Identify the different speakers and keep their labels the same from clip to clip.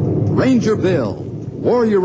Speaker 1: Ranger Bill, warrior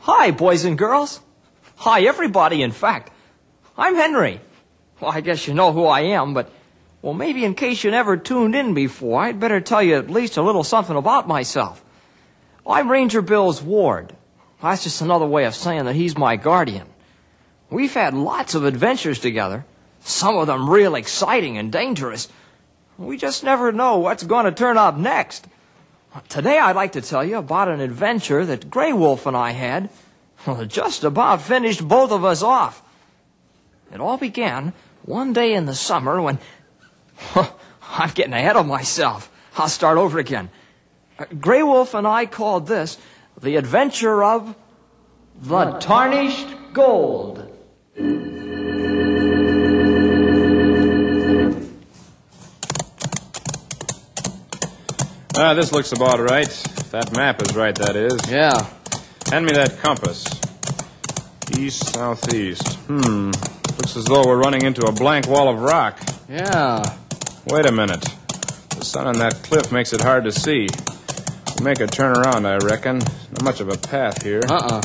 Speaker 2: Hi, boys and girls. Hi, everybody, in fact. I'm Henry. Well, I guess you know who I am, but, well, maybe in case you never tuned in before, I'd better tell you at least a little something about myself. I'm Ranger Bill's ward. That's just another way of saying that he's my guardian. We've had lots of adventures together, some of them real exciting and dangerous. We just never know what's going to turn up next. Today I'd like to tell you about an adventure that Grey Wolf and I had. Well, it just about finished both of us off. It all began one day in the summer when. I'm getting ahead of myself. I'll start over again. Uh, Grey Wolf and I called this the adventure of the tarnished gold.
Speaker 3: Ah, this looks about right. If That map is right, that is.
Speaker 2: Yeah.
Speaker 3: Hand me that compass. East, southeast. Hmm. Looks as though we're running into a blank wall of rock.
Speaker 2: Yeah.
Speaker 3: Wait a minute. The sun on that cliff makes it hard to see. We'll make a turnaround, I reckon. Not much of a path here.
Speaker 2: Uh-uh.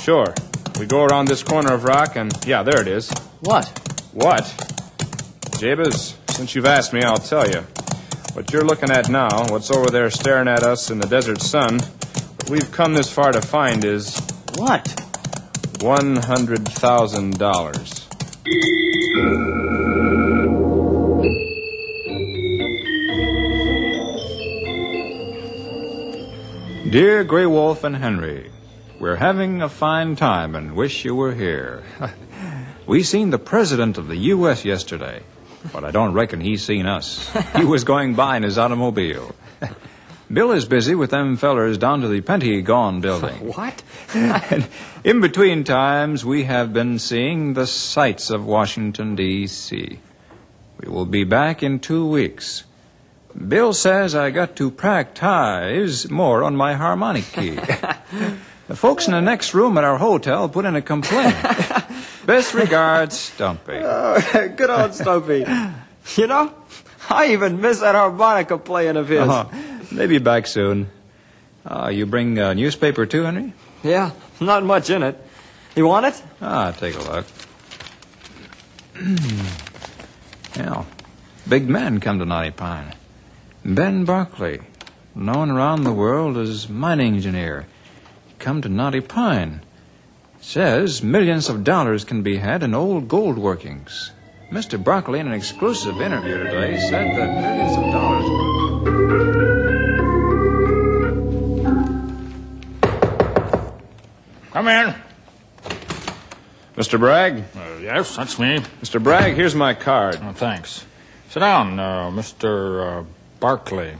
Speaker 3: Sure. We go around this corner of rock and yeah, there it is.
Speaker 2: What?
Speaker 3: What? Jabez, since you've asked me, I'll tell you. What you're looking at now, what's over there staring at us in the desert sun, what we've come this far to find is
Speaker 2: What?
Speaker 3: $100,000.
Speaker 4: Dear Grey Wolf and Henry, we're having a fine time and wish you were here. we seen the president of the U.S. yesterday, but I don't reckon he's seen us. He was going by in his automobile. Bill is busy with them fellers down to the Pentagon building.
Speaker 2: What?
Speaker 4: and in between times, we have been seeing the sights of Washington, D.C. We will be back in two weeks. Bill says I got to practice more on my harmonic key. the folks in the next room at our hotel put in a complaint. Best regards, Stumpy.
Speaker 2: Good old Stumpy. you know, I even miss that harmonica playing of his.
Speaker 4: Uh-huh. Maybe back soon. Uh, you bring a newspaper too, Henry?
Speaker 2: Yeah, not much in it. You want it?
Speaker 4: Ah, take a look. yeah. Big men come to Naughty Pine. Ben Barkley, known around the world as mine engineer, come to Naughty Pine. Says millions of dollars can be had in old gold workings. Mr. Barkley, in an exclusive interview today, said that millions of dollars.
Speaker 5: Come in.
Speaker 3: Mr. Bragg?
Speaker 5: Uh, yes, that's me.
Speaker 3: Mr. Bragg, here's my card.
Speaker 5: Uh, thanks. Sit down, uh, Mr. Uh, Barclay.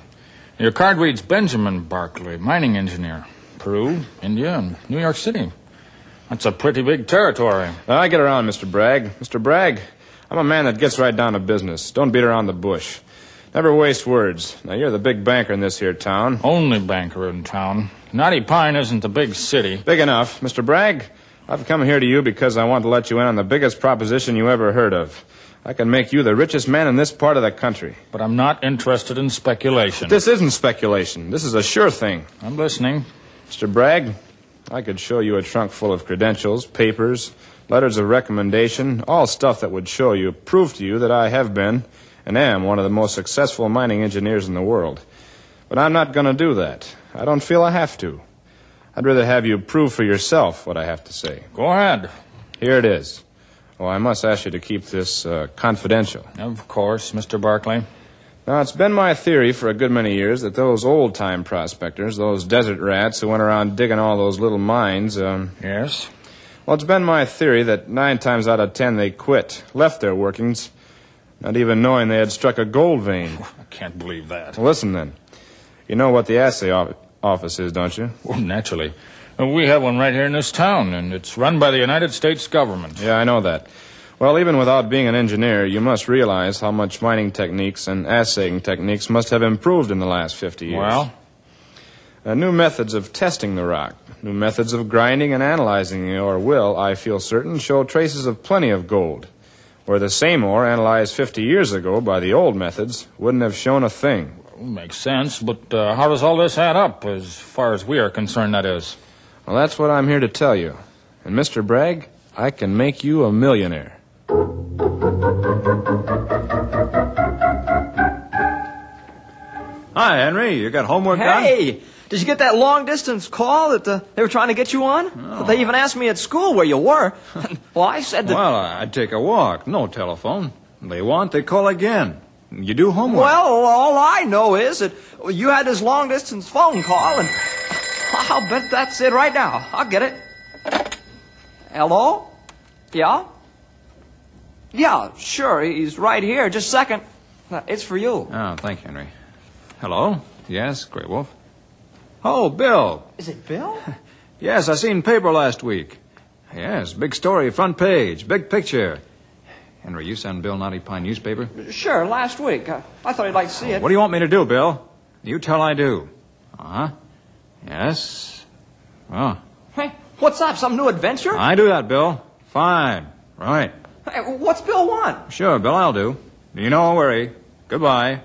Speaker 5: Your card reads Benjamin Barclay, mining engineer. Peru, India, and New York City. That's a pretty big territory.
Speaker 3: I get around, Mr. Bragg. Mr. Bragg, I'm a man that gets right down to business. Don't beat around the bush. Never waste words. Now, you're the big banker in this here town.
Speaker 5: Only banker in town. Knotty Pine isn't a big city.
Speaker 3: Big enough. Mr. Bragg, I've come here to you because I want to let you in on the biggest proposition you ever heard of. I can make you the richest man in this part of the country.
Speaker 5: But I'm not interested in speculation.
Speaker 3: This isn't speculation. This is a sure thing.
Speaker 5: I'm listening.
Speaker 3: Mr. Bragg, I could show you a trunk full of credentials, papers, letters of recommendation, all stuff that would show you, prove to you that I have been and am one of the most successful mining engineers in the world. But I'm not going to do that. I don't feel I have to. I'd rather have you prove for yourself what I have to say.
Speaker 5: Go ahead.
Speaker 3: Here it is. Oh, I must ask you to keep this uh, confidential.
Speaker 5: Of course, Mr. Barclay.
Speaker 3: Now, it's been my theory for a good many years that those old time prospectors, those desert rats who went around digging all those little mines, um,
Speaker 5: Yes?
Speaker 3: well, it's been my theory that nine times out of ten they quit, left their workings, not even knowing they had struck a gold vein.
Speaker 5: I can't believe that.
Speaker 3: Well, listen then. You know what the assay of- office is, don't you?
Speaker 5: Well, naturally. Uh, We have one right here in this town, and it's run by the United States government.
Speaker 3: Yeah, I know that. Well, even without being an engineer, you must realize how much mining techniques and assaying techniques must have improved in the last 50 years.
Speaker 5: Well,
Speaker 3: Uh, new methods of testing the rock, new methods of grinding and analyzing the ore will, I feel certain, show traces of plenty of gold. Where the same ore analyzed 50 years ago by the old methods wouldn't have shown a thing.
Speaker 5: makes sense, but uh, how does all this add up, as far as we are concerned, that is?
Speaker 3: Well, that's what I'm here to tell you. And Mr. Bragg, I can make you a millionaire.
Speaker 4: Hi, Henry. You got homework done?
Speaker 2: Hey, did you get that long distance call that uh, they were trying to get you on? They even asked me at school where you were. well, I said that.
Speaker 4: Well, I- I'd take a walk. No telephone. They want, they call again. You do homework.
Speaker 2: Well, all I know is that you had this long distance phone call, and I'll bet that's it right now. I'll get it. Hello? Yeah? Yeah, sure. He's right here. Just a second. Uh, It's for you.
Speaker 4: Oh, thank you, Henry. Hello? Yes, Grey Wolf. Oh, Bill.
Speaker 2: Is it Bill?
Speaker 4: Yes, I seen paper last week. Yes, big story, front page, big picture. Henry, you send Bill Naughty Pine newspaper?
Speaker 2: sure, last week. I, I thought he'd like to see it.
Speaker 4: What do you want me to do, Bill? You tell I do. Uh huh. Yes. Oh,
Speaker 2: Hey, what's up? Some new adventure?
Speaker 4: I do that, Bill. Fine. Right.
Speaker 2: Hey, what's Bill want?
Speaker 4: Sure, Bill, I'll do. You know, don't worry. Goodbye.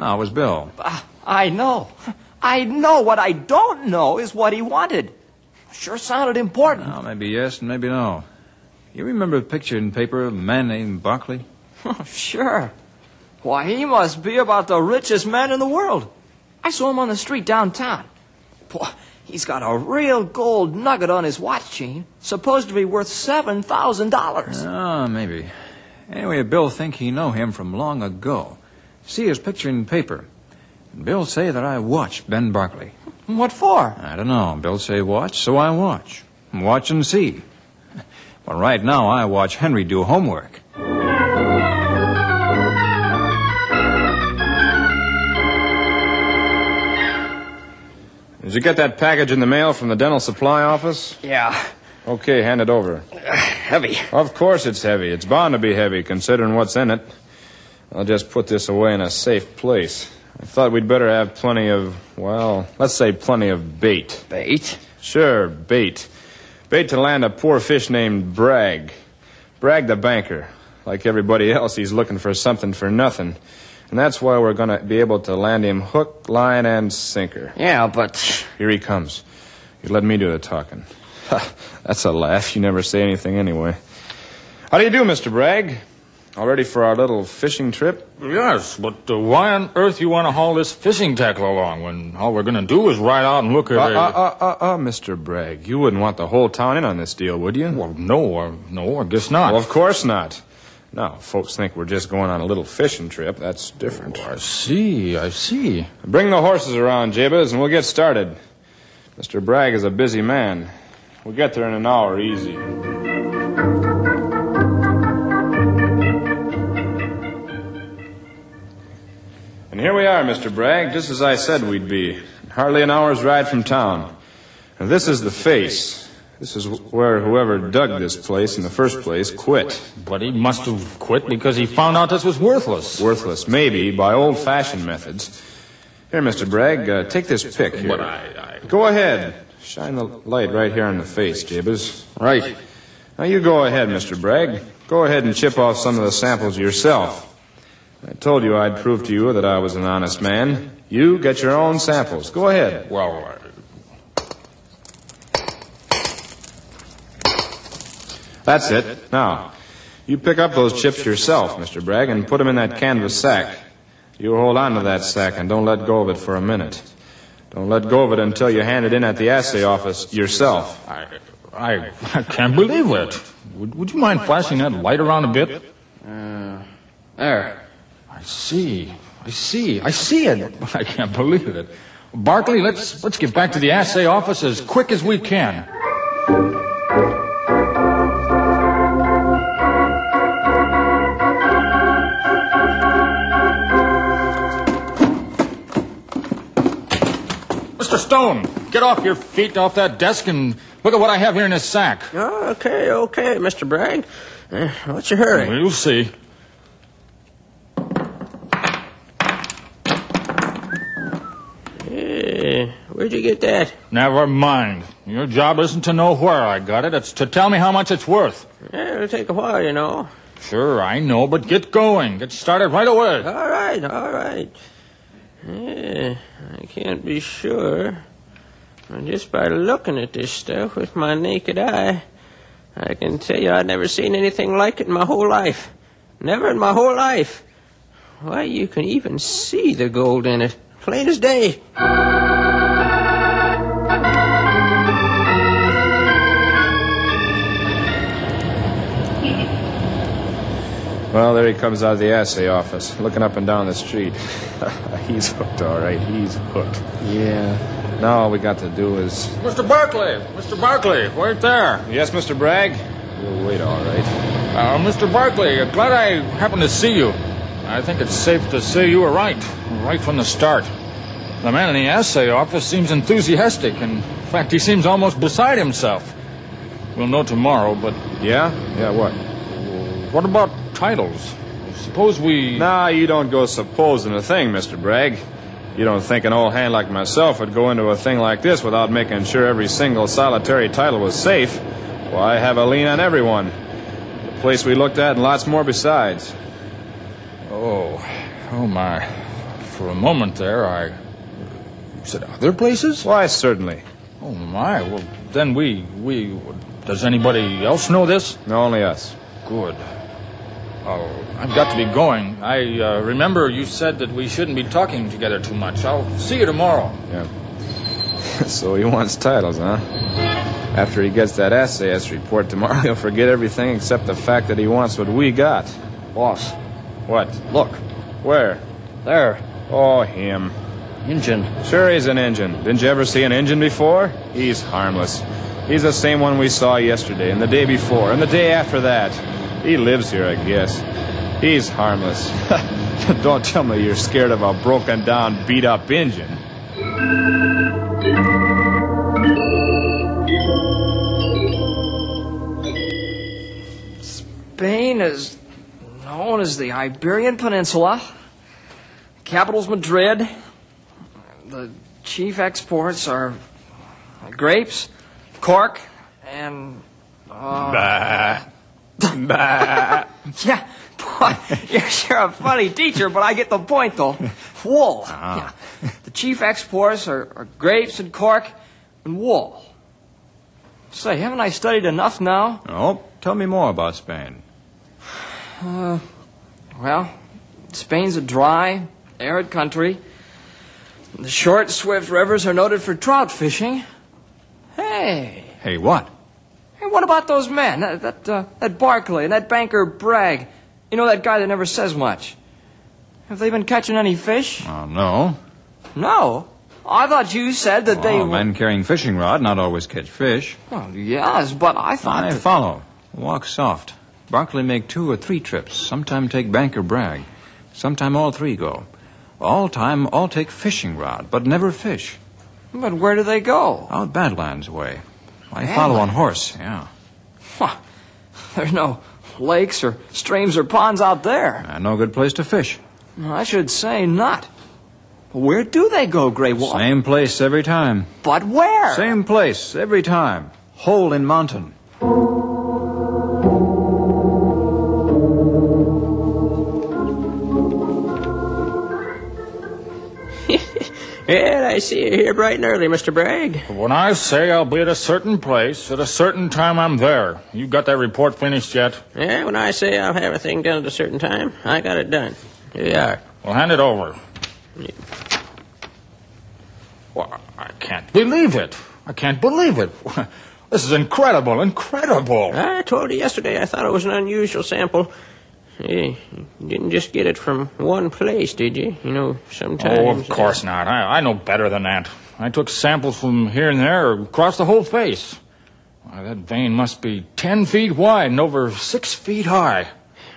Speaker 4: Ah, it was Bill.
Speaker 2: Ah, I know. I know. What I don't know is what he wanted. Sure sounded important.
Speaker 4: Now, Ah, maybe yes and maybe no. You remember a picture in paper of a man named Barclay?
Speaker 2: Oh, sure. Why, he must be about the richest man in the world. I saw him on the street downtown. Boy, he's got a real gold nugget on his watch chain, supposed to be worth $7,000.
Speaker 4: Ah, maybe. Anyway, Bill think he know him from long ago. See his picture in paper. Bill say that I watch Ben Barkley.
Speaker 2: What for?
Speaker 4: I don't know. Bill say watch, so I watch. Watch and see. But right now I watch Henry do homework.
Speaker 3: Did you get that package in the mail from the dental supply office?
Speaker 2: Yeah,
Speaker 3: Okay, hand it over.
Speaker 2: heavy.
Speaker 3: Of course it's heavy. It's bound to be heavy, considering what's in it. I'll just put this away in a safe place. I thought we'd better have plenty of, well, let's say plenty of bait.
Speaker 2: Bait?
Speaker 3: Sure, bait. Bait to land a poor fish named Bragg. Bragg the banker. Like everybody else, he's looking for something for nothing. And that's why we're going to be able to land him hook, line, and sinker.
Speaker 2: Yeah, but.
Speaker 3: Here he comes. You let me do the talking. Ha, That's a laugh. You never say anything anyway. How do you do, Mr. Bragg? All ready for our little fishing trip?
Speaker 5: Yes, but uh, why on earth you want to haul this fishing tackle along when all we're going to do is ride out and look at
Speaker 3: Uh,
Speaker 5: a-
Speaker 3: uh, uh, uh, uh, Mr. Bragg. You wouldn't want the whole town in on this deal, would you?
Speaker 5: Well, no, uh, no, I guess not.
Speaker 3: Well, of course not. No, folks think we're just going on a little fishing trip. That's different.
Speaker 5: I see, I see.
Speaker 3: Bring the horses around, Jabez, and we'll get started. Mr. Bragg is a busy man. We'll get there in an hour, easy. And here we are, Mr. Bragg, just as I said we'd be. Hardly an hour's ride from town. And this is the face. This is wh- where whoever dug this place in the first place quit.
Speaker 5: But he must have quit because he found out this was worthless.
Speaker 3: Worthless, maybe, by old fashioned methods. Here, Mr. Bragg, uh, take this pick here.
Speaker 5: But I,
Speaker 3: Go ahead. Shine the light right here on the face, Jabez.
Speaker 5: I right.
Speaker 3: Now you go ahead, Mr. Bragg. Go ahead and chip off some of the samples yourself. I told you I'd prove to you that I was an honest man. You get your own samples. Go ahead.
Speaker 5: Well, uh,
Speaker 3: That's it. Now, you pick up those chips yourself, Mr. Bragg, and put them in that canvas sack. You hold on to that sack and don't let go of it for a minute. Don't let go of it until you hand it in at the assay office yourself.
Speaker 5: I, I, I can't believe it. Would, would you mind flashing that light around a bit?
Speaker 2: There.
Speaker 5: I see, I see, I see it. But I can't believe it. Barkley, let's let's get back to the assay office as quick as we can. Mr. Stone, get off your feet off that desk and look at what I have here in this sack.
Speaker 6: Oh, okay, okay, Mr. Bragg. Uh, what's your
Speaker 2: Mm-hmm.
Speaker 6: hurry?
Speaker 5: Well, you'll see.
Speaker 6: Eh, where'd you get that?
Speaker 5: Never mind. Your job isn't to know where I got it, it's to tell me how much it's worth.
Speaker 6: Eh, it'll take a while, you know.
Speaker 5: Sure, I know, but get going. Get started right away.
Speaker 6: All right, all right. Eh, I can't be sure. Well, Just by looking at this stuff with my naked eye, I can tell you I've never seen anything like it in my whole life. Never in my whole life. Why, you can even see the gold in it, plain as day.
Speaker 3: Well, there he comes out of the assay office, looking up and down the street. He's hooked, all right. He's hooked. Yeah. Now all we got to do is.
Speaker 5: Mr. Barclay, Mr. Barclay, right there.
Speaker 3: Yes, Mr. Bragg? We'll wait, all right.
Speaker 5: Uh, Mr. Barclay, uh, glad I happened to see you. I think it's safe to say you were right, right from the start. The man in the assay office seems enthusiastic. In fact, he seems almost beside himself. We'll know tomorrow, but
Speaker 3: Yeah? Yeah, what?
Speaker 5: what about titles? Suppose we.
Speaker 3: Nah, you don't go supposing a thing, Mr. Bragg. You don't think an old hand like myself would go into a thing like this without making sure every single solitary title was safe. Why, I have a lien on everyone. The place we looked at and lots more besides.
Speaker 5: Oh, oh my. For a moment there, I. You said other places?
Speaker 3: Why, certainly.
Speaker 5: Oh my. Well, then we. we. Does anybody else know this?
Speaker 3: Only us.
Speaker 5: Good. Oh, I've got to be going. I uh, remember you said that we shouldn't be talking together too much. I'll see you tomorrow.
Speaker 3: Yeah. so he wants titles, huh? After he gets that SAS report tomorrow, he'll forget everything except the fact that he wants what we got.
Speaker 2: Boss,
Speaker 3: What?
Speaker 2: look.
Speaker 3: Where?
Speaker 2: There.
Speaker 3: Oh, him.
Speaker 2: Engine.
Speaker 3: Sure, he's an engine. Didn't you ever see an engine before? He's harmless. He's the same one we saw yesterday, and the day before, and the day after that. He lives here, I guess. He's harmless. Don't tell me you're scared of a broken down, beat up engine.
Speaker 2: Spain is known as the Iberian Peninsula. Capital's Madrid. The chief exports are grapes, cork, and um, yeah. Boy, you're sure a funny teacher, but I get the point though. Wool. Yeah. The chief exports are, are grapes and cork and wool. Say, haven't I studied enough now?
Speaker 4: Oh, tell me more about Spain.
Speaker 2: Well, Spain's a dry, arid country. The short, swift rivers are noted for trout fishing. Hey,
Speaker 4: Hey, what?
Speaker 2: hey, what about those men? That that, uh, that Barclay and that banker Bragg. You know that guy that never says much. Have they been catching any fish?
Speaker 4: Oh, no.
Speaker 2: No. I thought you said that they.
Speaker 4: Oh, men carrying fishing rod not always catch fish.
Speaker 2: Well, yes, but I thought.
Speaker 4: I
Speaker 2: that-
Speaker 4: follow. Walk soft. Barclay make two or three trips. Sometime take banker brag. Sometime all three go. All time all take fishing rod, but never fish.
Speaker 2: But where do they go?
Speaker 4: Out Badlands way. I follow on horse, yeah.
Speaker 2: Huh. There's no lakes or streams or ponds out there.
Speaker 4: Uh, no good place to fish.
Speaker 2: I should say not. But Where do they go, Grey Wolf?
Speaker 4: Same place every time.
Speaker 2: But where?
Speaker 4: Same place every time. Hole in mountain.
Speaker 6: Well, I see you here bright and early, Mr. Bragg.
Speaker 5: When I say I'll be at a certain place at a certain time, I'm there. You got that report finished yet?
Speaker 6: Yeah, when I say I'll have a thing done at a certain time, I got it done. Here you are.
Speaker 5: Well, hand it over. Well, I can't believe it. I can't believe it. This is incredible, incredible.
Speaker 6: I told you yesterday I thought it was an unusual sample. Eh, You didn't just get it from one place, did you? You know, sometimes. uh,
Speaker 5: Oh, of course not. I, I know better than that. I took samples from here and there across the whole face. Why, that vein must be 10 feet wide and over 6 feet high.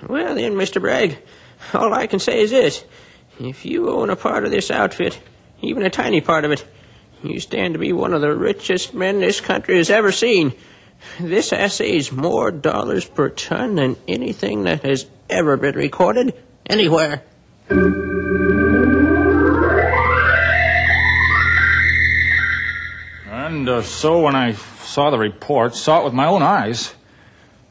Speaker 6: Well, then, Mr. Bragg, all I can say is this. If you own a part of this outfit, even a tiny part of it, You stand to be one of the richest men this country has ever seen. This assays more dollars per ton than anything that has ever been recorded anywhere.
Speaker 5: And uh, so when I saw the report, saw it with my own eyes,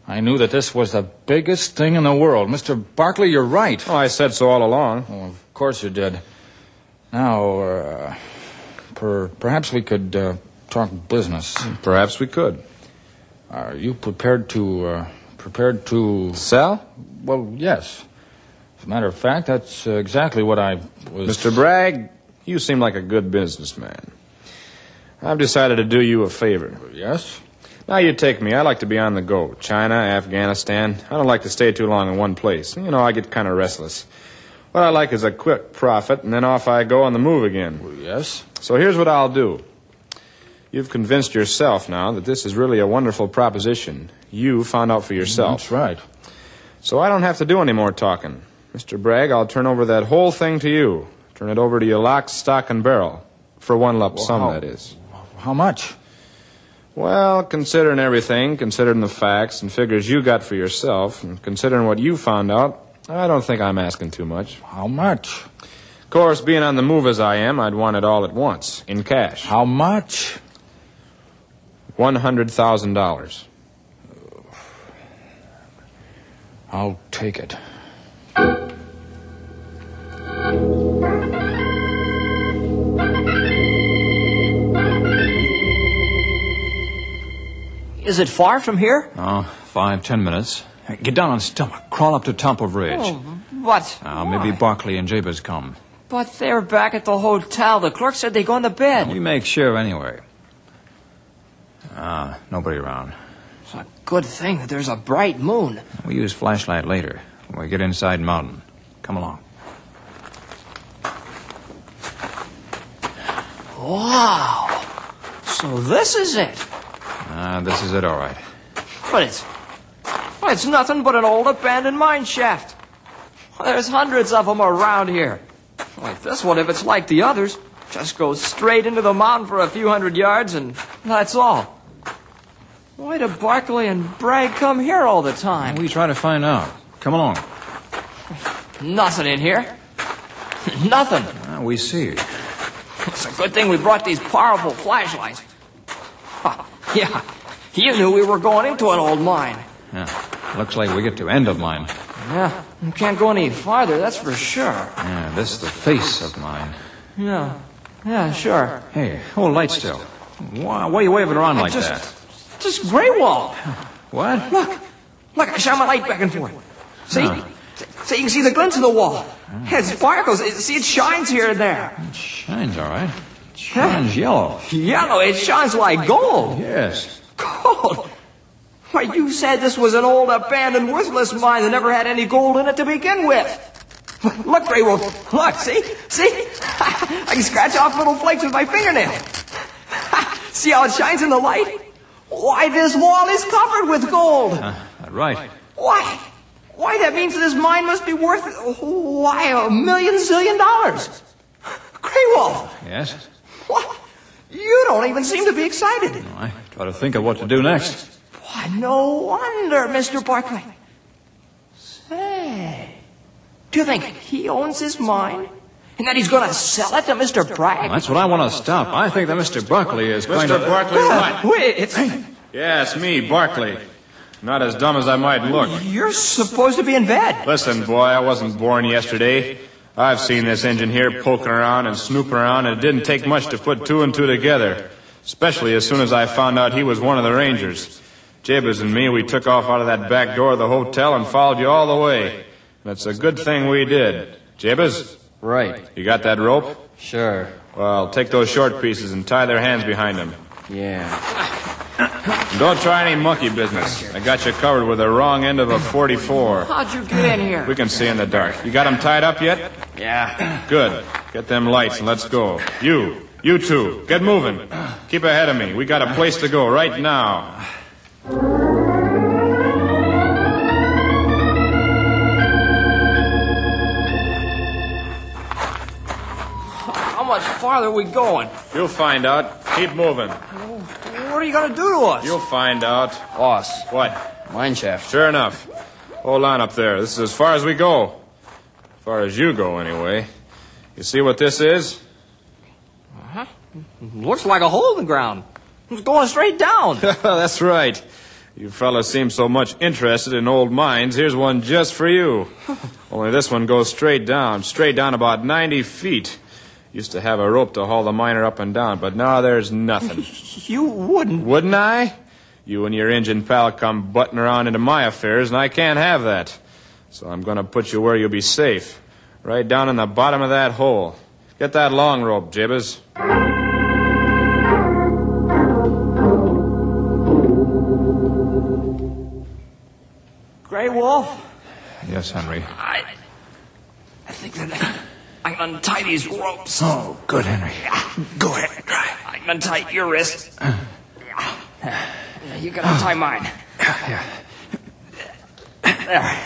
Speaker 5: I knew that this was the biggest thing in the world. Mr. Barkley, you're right.
Speaker 3: Oh, I said so all along.
Speaker 5: Oh, of course you did. Now, uh, per, perhaps we could uh, talk business.
Speaker 3: Perhaps we could.
Speaker 5: Are you prepared to uh, prepared to?
Speaker 3: Sell?
Speaker 5: Well, yes. As a matter of fact, that's uh, exactly what I was.
Speaker 3: Mr. Bragg, you seem like a good businessman. I've decided to do you a favor.
Speaker 5: Yes.
Speaker 3: Now you take me. I like to be on the go. China, Afghanistan. I don't like to stay too long in one place. You know, I get kind of restless. What I like is a quick profit, and then off I go on the move again.
Speaker 5: Yes.
Speaker 3: So here's what I'll do. You've convinced yourself now that this is really a wonderful proposition. You found out for yourself.
Speaker 5: That's right.
Speaker 3: So I don't have to do any more talking. Mr. Bragg, I'll turn over that whole thing to you. Turn it over to you lock, stock, and barrel. For one lump sum,
Speaker 5: how-
Speaker 3: that is.
Speaker 5: How much?
Speaker 3: Well, considering everything, considering the facts and figures you got for yourself, and considering what you found out, I don't think I'm asking too much.
Speaker 5: How much?
Speaker 3: Of course, being on the move as I am, I'd want it all at once, in cash.
Speaker 5: How much?
Speaker 3: $100,000.
Speaker 5: I'll take it.
Speaker 2: Is it far from here?
Speaker 4: Oh, five, ten minutes. Hey, Get down on stomach. Crawl up to top of ridge.
Speaker 5: Oh.
Speaker 2: But
Speaker 4: Now, Ah, uh, maybe Barkley and Jabez come.
Speaker 2: but they're back at the hotel. The clerk said they'd gone to bed.
Speaker 4: We make sure anyway. Ah, nobody around.
Speaker 2: It's a good thing that there's a bright moon.
Speaker 4: We use flashlight later when we get inside mountain. Come along.
Speaker 2: Wow. So this is it.
Speaker 4: Ah, this is it, all right.
Speaker 2: But it's well, it's nothing but an old abandoned mine shaft. There's hundreds of them around here. Like this one, if it's like the others, just goes straight into the mountain for a few hundred yards, and that's all. Why do Barkley and Bragg come here all the
Speaker 4: And
Speaker 2: time?
Speaker 4: we try to find out. Come along.
Speaker 2: Nothing in here. Nothing.
Speaker 4: Ah, we see.
Speaker 2: It's a good thing we brought these powerful flashlights. Huh, yeah, you knew we were going into an old mine.
Speaker 4: Yeah, looks like we get to end of mine.
Speaker 2: Yeah, we can't go any farther, that's for sure.
Speaker 4: Yeah, this is the face of mine.
Speaker 2: Yeah, yeah, sure.
Speaker 4: Hey, hold light still. Why, why are you waving around like
Speaker 2: just-
Speaker 4: that?
Speaker 2: Just gray wall.
Speaker 4: What?
Speaker 2: Look, look, I shine my light back and forth. See? So you can see the glint of the wall. It sparkles. It, see, it shines here and there.
Speaker 4: Shines all right. Shines yellow.
Speaker 2: Yellow, it shines like gold.
Speaker 4: Yes.
Speaker 2: Gold? Why, you said this was an old, abandoned, worthless mine that never had any gold in it to begin with. Look, Grey Wolf. Look, see? See? I can scratch off little flakes with my fingernail. see how it shines in the light? Why, this wall is covered with gold.
Speaker 4: Right.
Speaker 2: Why? Why, that means that his mine must be worth, why, a million zillion dollars. Grey Wolf,
Speaker 4: Yes.
Speaker 2: what? You don't even seem to be excited.
Speaker 4: I try to think of what to do next.
Speaker 2: Why, no wonder, Mr. Barclay. Say, do you think he owns his mine? And that he's going to sell it to Mr. Bragg?
Speaker 4: That's what I want to stop. I think that Mr. Barkley is going to.
Speaker 3: Barkley,
Speaker 2: Wait, it's,
Speaker 3: Yes, me, Barkley. Not as dumb as I might look.
Speaker 2: you're supposed to be in bed.
Speaker 3: Listen, boy, I wasn't born yesterday. I've seen this engine here poking around and snooping around, and it didn't take much to put two and two together, especially as soon as I found out he was one of the Rangers. Jabez and me, we took off out of that back door of the hotel and followed you all the way. And it's a good thing we did. Jabez,
Speaker 7: Right.
Speaker 3: you got that rope?
Speaker 7: Sure.
Speaker 3: Well, take those short pieces and tie their hands behind them.
Speaker 7: Yeah.
Speaker 3: And Don't try any monkey business. I got you covered with the wrong end of a 44.
Speaker 2: How'd you get in here?
Speaker 3: We can see in the dark. You got them tied up yet?
Speaker 7: Yeah.
Speaker 3: Good. Get them lights and let's go. You, you two, get moving. Keep ahead of me. We got a place to go right now.
Speaker 2: How much much farther are we going?
Speaker 3: You'll find out. Keep moving.
Speaker 2: What are you going to do to us?
Speaker 3: You'll find out.
Speaker 7: Boss,
Speaker 3: What?
Speaker 7: mine shaft.
Speaker 3: Sure enough. Hold on up there. This is as far as we go. As far as you go, anyway. You see what this is?
Speaker 2: Looks like a hole in the ground. It's going straight down.
Speaker 3: That's right. You fellas seem so much interested in old mines. Here's one just for you. Only this one goes straight down, straight down about 90 feet. Used to have a rope to haul the miner up and down, but now there's nothing.
Speaker 2: you wouldn't.
Speaker 3: Wouldn't I? You and your engine pal come butting around into my affairs, and I can't have that. So I'm going to put you where you'll be safe. Right down in the bottom of that hole. Get that long rope, Jibbers.
Speaker 2: Grey Wolf?
Speaker 4: Yes, Henry.
Speaker 2: I, I think that I can untie these ropes.
Speaker 4: Oh, good, Henry.
Speaker 2: Go ahead, try. I can untie your wrist. You can untie mine. There.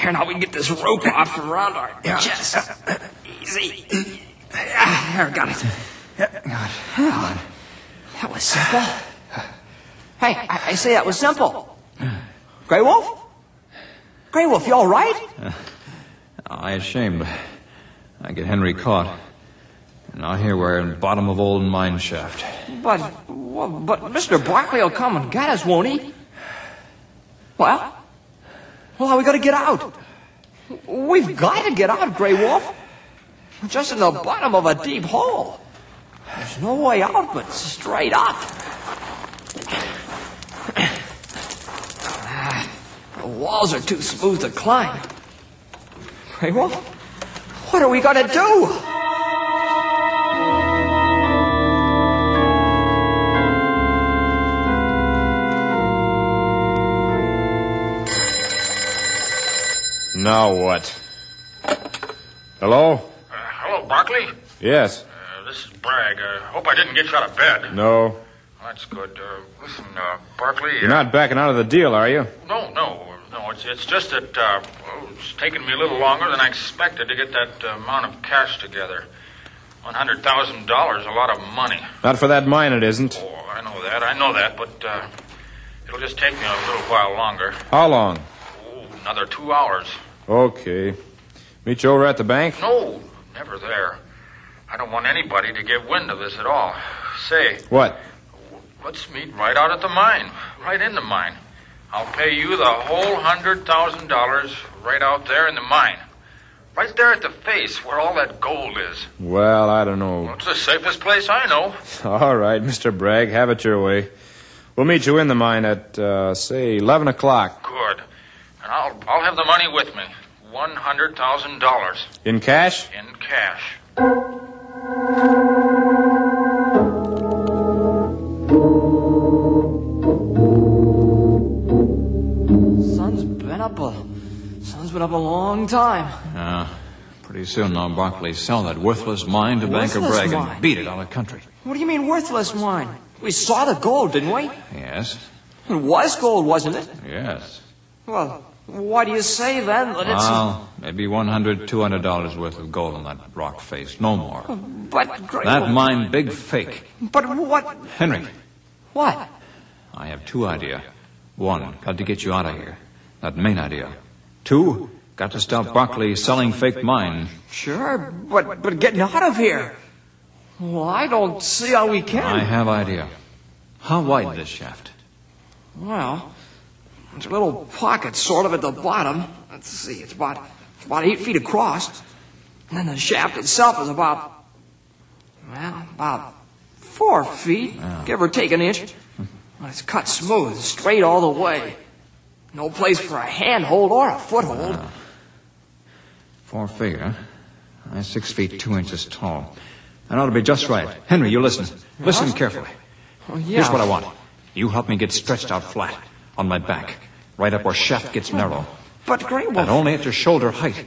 Speaker 2: Here, now we can get this rope off from around our chest. Easy. There, got it. That was simple. Hey, I, I say that was simple. Grey Wolf? Grey Wolf, you all right?
Speaker 4: I ashamed. I get Henry caught. And out here we're in bottom of old mine shaft.
Speaker 2: But, but Mr. Barclay will come and get us, won't he? Well, well, we got to get out. We've got to get out, Grey Wolf. We're just in the bottom of a deep hole. There's no way out but straight up. Ah, The walls are too smooth to climb. Grey Wolf, what are we going to do?
Speaker 3: Now what? Hello?
Speaker 8: Uh, hello, Barkley.
Speaker 3: Yes.
Speaker 8: Uh, this is Bragg. Uh, hope I didn't get you out of bed.
Speaker 3: No.
Speaker 8: That's good. Uh, listen, uh, Barkley.
Speaker 3: You're not backing out of the deal, are you?
Speaker 8: No, no, no. It's it's just that uh, well, it's taken me a little longer than I expected to get that uh, amount of cash together. One hundred thousand dollars, a lot of money.
Speaker 3: Not for that mine, it isn't.
Speaker 8: Oh, I know that. I know that, but uh, it'll just take me a little while longer.
Speaker 3: How long?
Speaker 8: Oh, another two hours.
Speaker 3: Okay. Meet you over at the bank?
Speaker 8: No, never there. I don't want anybody to get wind of this at all. Say.
Speaker 3: What?
Speaker 8: Let's meet right out at the mine, right in the mine. I'll pay you the whole hundred thousand dollars right out there in the mine. Right there at the face where all that gold is.
Speaker 3: Well, I don't know.
Speaker 8: Well, it's the safest place I know.
Speaker 3: All right, Mr. Bragg, have it your way. We'll meet you in the mine at, uh, say, 11 o'clock.
Speaker 8: Good. And I'll, I'll have the money with me. One hundred thousand dollars
Speaker 3: In cash?
Speaker 8: in cash.
Speaker 2: Sun's been up a sun's been up a long time.
Speaker 4: Uh, pretty soon now, Barclay, sell that worthless mine to Banker
Speaker 2: Worthless
Speaker 4: Bragg
Speaker 2: mine?
Speaker 4: and beat it out of the country.
Speaker 2: What do you mean worthless mine? We saw the gold, didn't we?
Speaker 4: Yes,
Speaker 2: It was gold, wasn't it?
Speaker 4: yes.
Speaker 2: Well, why do you say then that it's
Speaker 4: Well, maybe one hundred, two hundred dollars worth of gold on that rock face, no more.
Speaker 2: but great
Speaker 4: That mine, big fake.
Speaker 2: But what
Speaker 4: Henry,
Speaker 2: what?
Speaker 4: I have two idea. One, got to get you out of here. That main idea. Two, got to stop Barclay selling fake mine.
Speaker 2: Sure, but but getting out of here. Well, I don't see how we can.
Speaker 4: I have idea. How wide this shaft?
Speaker 2: Well, there's a little pocket sort of at the bottom. Let's see, it's about it's about eight feet across. And then the shaft itself is about well, about four feet, give or take an inch. Well, it's cut smooth, straight all the way. No place for a handhold or a foothold.
Speaker 4: Four feet, huh? I'm six feet two inches tall. That ought to be just right. Henry, you listen. Listen carefully.
Speaker 2: Well, yeah.
Speaker 4: Here's what I want. You help me get stretched out flat on my back, right up where shaft gets narrow,
Speaker 2: But Grey Wolf,
Speaker 4: and only at your shoulder height.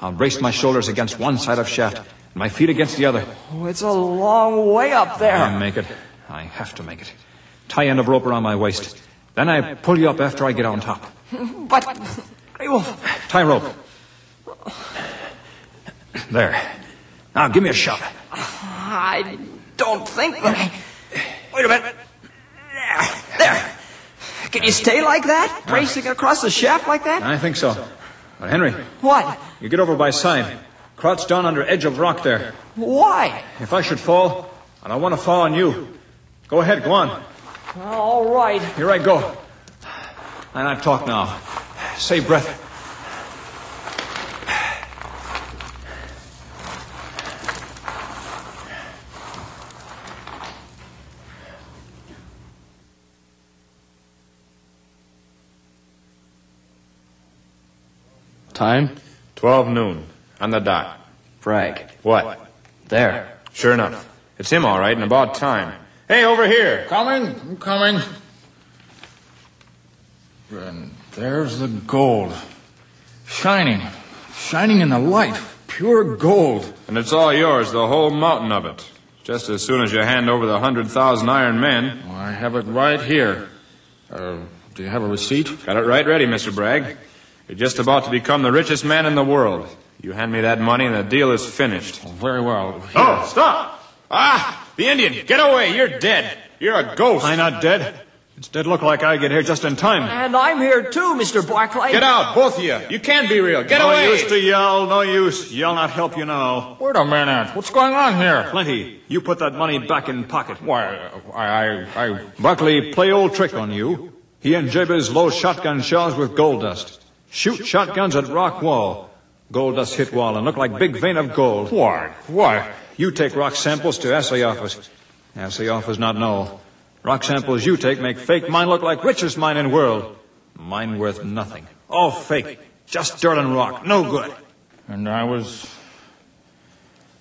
Speaker 4: I'll brace my shoulders against one side of shaft and my feet against the other.
Speaker 2: oh, it's a long way up
Speaker 4: I
Speaker 2: there.
Speaker 4: make it. I have to make it. Tie end of rope around my waist. Then I pull you up after I get on top.
Speaker 2: But Grey Wolf,
Speaker 4: Tie rope. There. Now give me a shot.
Speaker 2: I don't think. But... Wait a minute. There. There. Can you stay like that? Racing across the shaft like that?
Speaker 4: I think so. But Henry,
Speaker 2: What?
Speaker 4: you get over by side. Crouch down under edge of rock there.
Speaker 2: Why?
Speaker 4: If I should fall, I don't want to fall on you. Go ahead, go on.
Speaker 2: All right.
Speaker 4: Here I go. And I talk now. Save breath.
Speaker 5: Time?
Speaker 3: 12 noon. On the dot.
Speaker 5: Bragg.
Speaker 3: What?
Speaker 5: There.
Speaker 3: Sure enough. It's him, all right, and about time. Hey, over here!
Speaker 5: Coming, I'm coming. And there's the gold. Shining. Shining in the light. Pure gold.
Speaker 3: And it's all yours, the whole mountain of it. Just as soon as you hand over the 100,000 iron men.
Speaker 5: I have it right here. Uh, do you have a receipt?
Speaker 3: Got it right ready, Mr. Bragg. You're just about to become the richest man in the world. You hand me that money and the deal is finished.
Speaker 5: Very well.
Speaker 3: Oh, stop! Ah! The Indian! Get away! You're dead! You're a ghost!
Speaker 4: I not dead. It's dead look like I get here just in time.
Speaker 2: And I'm here too, Mr. Barclay.
Speaker 3: Get out, both of you! You can't be real! Get
Speaker 4: no
Speaker 3: away!
Speaker 4: use to yell, no use. Yell not help you now.
Speaker 5: Wait a minute. What's going on here?
Speaker 4: Plenty. You put that money back in pocket.
Speaker 5: Why, uh, I, I, I
Speaker 4: Buckley play old trick on you. He and Jabez load shotgun shells with gold dust. Shoot shotguns at rock wall. Gold dust hit wall and look like big vein of gold.
Speaker 5: Why? Why?
Speaker 4: You take rock samples to assay office. Assay office not know. Rock samples you take make fake mine look like richest mine in world. Mine worth nothing. All fake. Just dirt and rock. No good.
Speaker 5: And I was.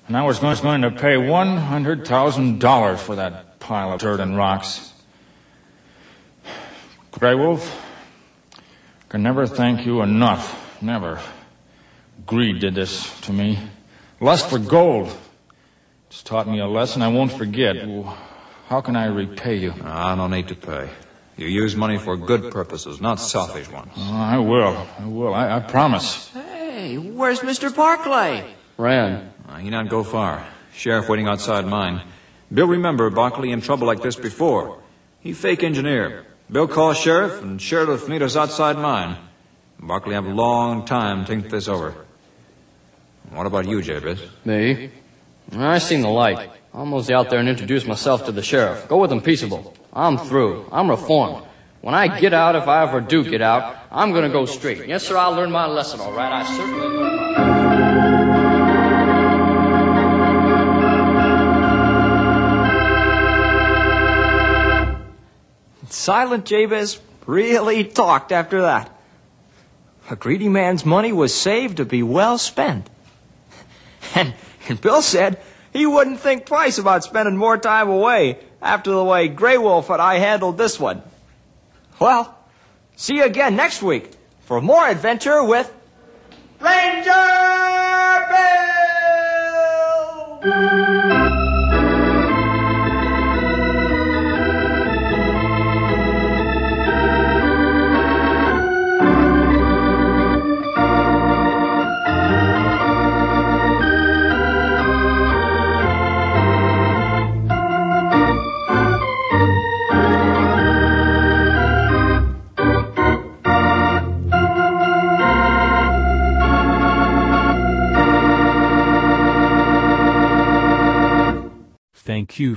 Speaker 5: And I was going- going to pay $100,000 for that pile of dirt and rocks. Grey Wolf, can never thank you enough. Never. Greed did this to me. Lust for gold. It's taught me a lesson I won't forget. How can I repay you?
Speaker 4: Ah, no need to pay. You use money for good purposes, not selfish ones.
Speaker 5: I will. I will. I, I promise.
Speaker 2: Hey, where's Mr. Barclay?
Speaker 5: Ran.
Speaker 4: Uh, He not go far. Sheriff waiting outside mine. Bill remember Barkley in trouble like this before. He fake engineer. Bill call sheriff, and sheriff meet us outside mine. Barkley have long time think this over. What about you, Jabez?
Speaker 7: Me? I seen the light. I'll mosey out there and introduce myself to the sheriff. Go with him peaceable. I'm through. I'm reformed. When I get out, if I ever do get out, I'm gonna go straight. Yes, sir, I learned my lesson, all right. I certainly learned my
Speaker 2: Silent Jabez really talked after that. A greedy man's money was saved to be well spent. And, and Bill said he wouldn't think twice about spending more time away after the way Grey Wolf and I handled this one. Well, see you again next week for more adventure with Ranger Bill!
Speaker 9: Thank you